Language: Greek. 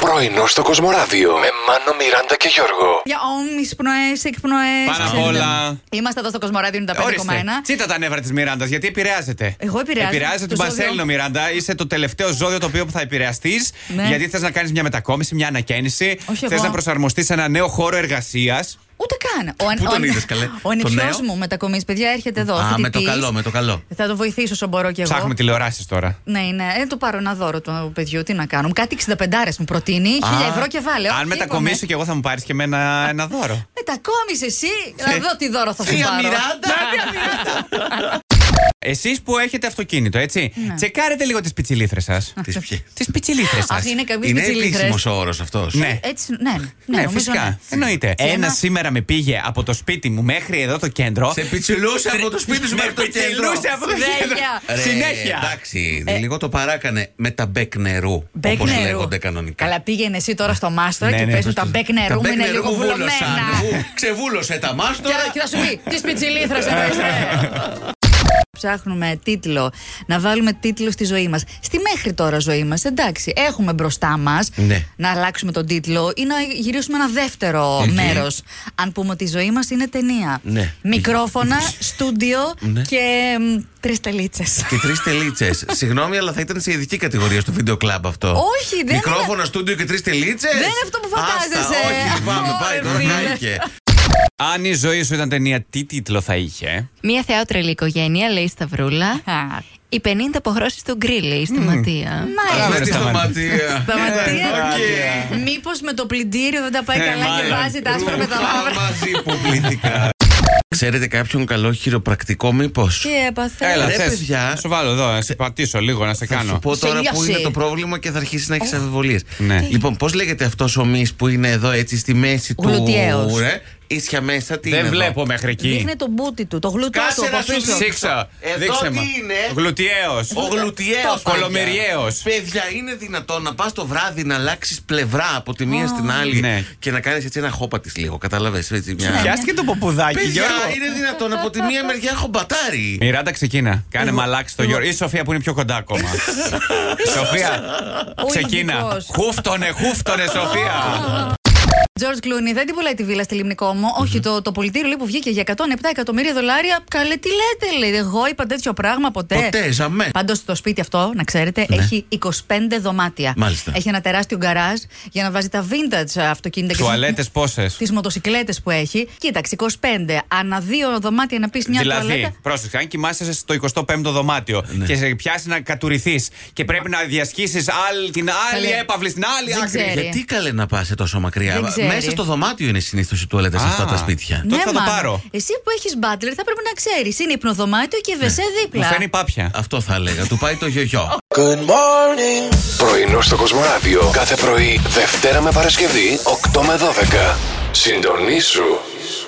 Πρωινό στο Κοσμοράδιο με Μάνο, Μιράντα και Γιώργο. Για όμοι, πνοέ, εκπνοέ. Πάρα πολλά. Είμαστε εδώ στο Κοσμοράδιο 95,1. Ορίστε. Τσίτα τα νεύρα της Μιράντας, γιατί επηρεάζεται. Εγώ επηρεάζομαι. Επηρεάζεται Το τον ζώδιο. Μπασέλινο Μιράντα. Είσαι το τελευταίο ζώδιο το οποίο που θα επηρεαστείς. Ναι. Γιατί θες να κάνεις μια μετακόμιση, μια ανακαίνιση. Όχι Θες εγώ. να προσαρμοστείς σε ένα νέο χώρο εργασίας. Ούτε καν. Ο, Πού ο- τον είδες, καλέ? Ο Το νηπιό νέο? μου μετακομίζει, παιδιά, έρχεται εδώ. Α, με το φοιτητής. καλό, με το καλό. Θα το βοηθήσω όσο μπορώ κι εγώ. Ψάχνουμε τηλεοράσεις τώρα. Ναι, ναι. Ε, του πάρω ένα δώρο του παιδιού. Τι να κάνουμε. Κάτι 65 μου προτείνει. 1000 ευρώ κεφάλαιο. Αν Λείπομαι. μετακομίσω και εγώ θα μου πάρεις και εμένα ένα δώρο. Μετακόμισε εσύ. Να δω τι δώρο θα σου Ε. Θεία πάρω. Μιράντα! Εσείς που έχετε αυτοκίνητο, έτσι. Ναι. Τσεκάρετε λίγο τις πιτσιλήθρε σα. Τις ποιες. Τι πιτσιλήθρε σα. Αυτή είναι κάποιε Είναι πιτσιλίχρε. επίσημος ο όρος αυτός. Ναι. Έτσι, ναι, ναι, Ναι, νομίζω φυσικά. ναι. Εννοείται. Και Ένα ένα- σήμερα με πήγε από το σπίτι μου μέχρι εδώ το κέντρο. Σε πιτσιλούσε από το σπίτι σου μέχρι το κέντρο. Πιτσιλούσε από το Συνέχεια. κέντρο. Ρε, Συνέχεια. Εντάξει, λίγο το παράκανε με τα μπέκ νερού. Ε. Μπέκ Όπως νερού. λέγονται κανονικά. Καλά, πήγαινε εσύ τώρα στο μάστορα Ναι, και ναι, πες του ναι, τα ναι. μπέκ νερού μου είναι νερού λίγο βούλωσαν. βουλωμένα. Βου- Ξεβούλωσε τα Και, μάστορα. και θα σου πει, τι πιτσιλήθρε έπαιξε. Ψάχνουμε τίτλο. Να βάλουμε τίτλο στη ζωή μας. Στη μέχρι τώρα ζωή μας, εντάξει, έχουμε μπροστά μας Ναι. να αλλάξουμε τον τίτλο ή να γυρίσουμε ένα δεύτερο μέρος. Αν πούμε ότι η ζωή μας είναι ταινία. Ναι. Μικρόφωνα, στούντιο και τρεις τελίτσες. Και τρεις τελίτσες. Συγγνώμη, αλλά θα ήταν σε ειδική κατηγορία στο βίντεο κλαμπ αυτό. Όχι, δεν είναι- Μικρόφωνο, στούντιο και τρεις τελίτσες. Δεν είναι αυτό που φαντάζεσαι. Όχι, λυπάμαι, πάει Ω, τώρα. φίλε. κάηκε. Αν η ζωή σου ήταν ταινία, τι τίτλο θα είχε. Μία θεάτρελη οικογένεια, λέει η Σταυρούλα. Οι 50 αποχρώσει του γκρι, λέει στη Ματία. Μάλιστα. Πάμε στη σταμάτη. σταματία. Ε, Σταματία. οκ. Μήπως με το πλυντήριο δεν τα πάει Ε, καλά και μάλλον. βάζει τα άσπρα με τα μαύρα. μαζί που πλήθηκα. Ξέρετε κάποιον καλό χειροπρακτικό, μήπως. Τι έπαθε. Έλα, Ρε, θες, παιδιά. να σου βάλω εδώ, να σε πατήσω λίγο, να σε Θα σου κάνω. πω Σε τώρα που λιώσει. είναι το πρόβλημα και θα αρχίσεις να έχεις αμφιβολίες. Ναι. Λοιπόν, πώς λέγεται αυτός ο μη που είναι εδώ έτσι στη μέση του. Γλουτιαίος. Ρε, ίσια μέσα, τι είναι. Δεν εδώ? βλέπω μέχρι εκεί. Δείχνε το μπούτι του, το γλούτο Κάσε του να από σου πίσω. δείξει. Σίξα. Εδώ Δείξε τι μας. είναι? Γλουτιαίος. Ο γλουτιαίος. Κολομεριαίος. Παιδιά, είναι δυνατόν να πας το βράδυ να αλλάξεις πλευρά από τη μία στην άλλη Ναι. και να κάνεις έτσι ένα χώπα της λίγο. Κατάλαβες έτσι Ναι. μια. Πιάστηκε το ποπουδάκι, Παιδιά, Γιώργο. είναι δυνατόν από τη μία μεριά έχω μπατάρι. Μιράντα, ξεκίνα. Κάνε μαλάξι το Γιώργο. Ή η Σοφία που είναι πιο κοντά ακόμα. Σοφία, Ο ξεκίνα. ειδικός. Χούφτονε, χούφτονε, Σοφία. George Clooney δεν την πουλάει τη βίλα στη λιμνικό μου. Όχι, το, το πολιτήριο λέει, που βγήκε για 107 εκατομμύρια δολάρια. Καλέ, τι λέτε, λέει. Εγώ είπα τέτοιο πράγμα ποτέ. Ποτέ, ζαμέ. Πάντως το σπίτι αυτό, να ξέρετε, Ναι. έχει 25 δωμάτια. Μάλιστα. Έχει ένα τεράστιο γκαράζ για να βάζει τα vintage αυτοκίνητα και Τουαλέτες πόσες. τις μοτοσυκλέτες που έχει. Κοίταξε, 25. Ανά δύο δωμάτια να πεις μια τουαλέτα. Δηλαδή, πρόσεξε, αν κοιμάσαι στο 25ο δωμάτιο και σε πιάσει να κατουρηθείς και πρέπει να διασχίσεις την άλλη Καλέ. έπαυλη στην άλλη Δεν άκρη. ξέρω. Γιατί καλέ να πας τόσο μακριά. Δεν ξέρει. Ναι. Μέσα στο δωμάτιο είναι συνήθως οι τουαλέτες σε Α. αυτά τα σπίτια. Τότε θα το μάνα. πάρω. Ναι. Εσύ που έχεις μπάτλερ θα πρέπει να ξέρεις. Είναι υπνοδωμάτιο και βεσέ Μου δίπλα. φαίνει πάπια. Αυτό θα έλεγα. Του πάει το γιογιό. Πρωινό στο Κοσμοράδιο κάθε πρωί, Δευτέρα με Παρασκευή, 8 με 12. Συντονίσου